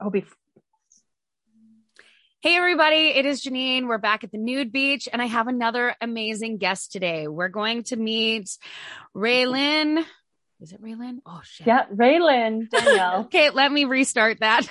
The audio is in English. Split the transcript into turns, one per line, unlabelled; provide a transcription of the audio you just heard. Oh, bef-
Hey, everybody, it is Janine. We're back at the nude beach, and I have another amazing guest today. We're going to meet Raylin. Is it Raylin? Oh, shit.
yeah, Raylan Danielle.
Okay, let me restart that.